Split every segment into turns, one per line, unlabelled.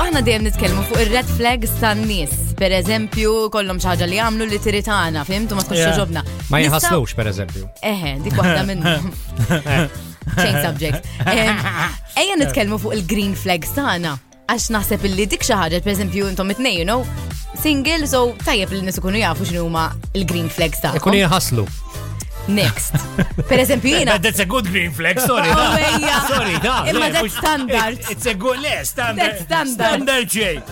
aħna dejjem nitkellmu fuq ir-red flags tan-nies. Per eżempju, kollhom xi ħaġa li jagħmlu li tiritana, fimtu ma tkunx
Yeah.
ġobna.
Ma jinħaslux, per eżempju.
Eħe, dik waħda minnhom. Change subject. Em, Ejja nitkellmu fuq il-green flags tagħna. Għax naħseb illi dik xi ħaġa, per eżempju, intom it-tnejn, you know, single, so tajjeb li nies ikunu jafu x'inhu huma il-green flags
Ikun
tagħhom.
jinħaslu.
Next. Per eżempju jiena.
But that's a good green flag, sorry.
Oh,
da.
ejja.
Sorry, da.
Imma
le,
that's
mux-
standard.
it- It's a good, le, standard.
That's standard.
Standard ġej.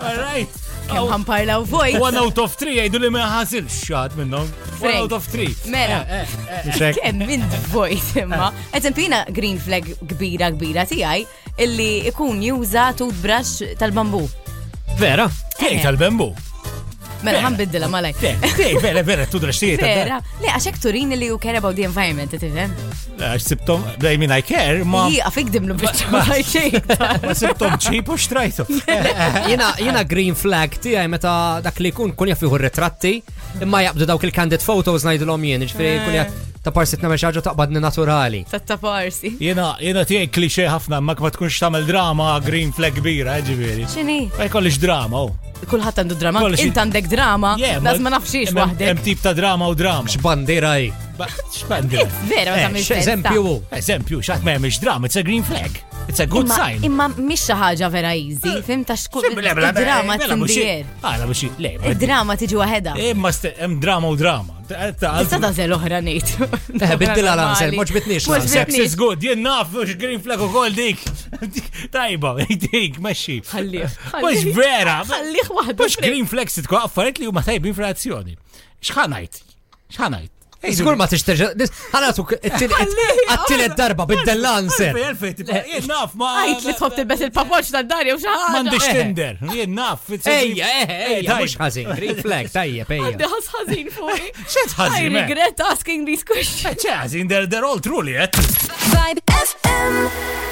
All right.
Kemm
Oh,
ħamparlaw vojt.
One out of three, jgħidu li ma ħasil xat minnom. One
Frank.
out of three.
Mela.
Eh, eh, eh.
Xek,
Kemm minn vojt imma. Eżempina green flag kbira kbira tiegħi illi ikun juża toothbrush tal-bambu.
vera?
Tej
Eh.
tal-bembu.
Mela
Vera.
ħanbiddilha malaj.
Tej, tej, vera, vera, tu drextijiet.
Vera, le għaxek turin li you care about the environment, tifhem?
Għax sibtom, I mean, I care, ma.
Jieqa fik dimlu bieċa.
Ma sibtom ċip u xtrajtu.
Jena, jena green flag tijaj meta dak li kun kun jaffiħu retratti, imma jabdu dawk il-candid photos najdilom jien, ġifiri kun jaf ta' parsit namme xaġa taqbadni naturali.
Tatta parsi.
Jena, jena tijaj klixe ħafna, ma kma tkunx tamel drama, green flag kbira, ġiviri.
ċini,
Ma jkollix drama, oh. u.
kullħat għandu drama,
Kollox-
int għandek drama, nas ma nafxiex
Hemm
wahdek.
tip ta' drama u drama.
Xbandira hi.
Ba- Xbandira.
Vera, ma tamil
X'eżempju hu.
oh, Eżempju, xaħt ma jemix drama, it's a green flag. It's a good sign. Eh,
Imma mish ħaġa vera easy, fim ta' xkut. Drama t-sindijer.
Għala biex le. ma-
Drama tiġi waħeda.
Imma ste- hemm drama u drama. Ta- ta-
Issa ta' zel oħra nejt.
Eh, biddilha l-answer, mhux bitniex
Mhux
l-answer.
Sex is
bitniex.
good, jien naf, mux green flag u kol dik. Tajba, dik, meċi.
Ħallih,
Mux
ħallih.
vera.
Ħallih waħdu
Mux
frek.
green flag sitko għaffariet li huma tajbin frazzjoni. Xħanajt? Xħanajt?
Skur ma t-iġterġa. Għalatu, għattilet darba biddel l-answer.
Elfej, elfej, tipo, jien naf, ma.
Għajt li tħob tilbes il-papoċ ta' darja u xaħġa.
Mandiċ
Eh.
tinder, jien naf. it's a green-
Ejja, eh, ejja,
eh,
ejja,
tajb.
mux ħazin, green flag, tajjeb, ejja.
Għaddiħas ħazin fuq.
Xed
I
ħazin, eh?
regret asking these questions.
ċe ħazin, they're, they're all truly, eh?
Vibe FM.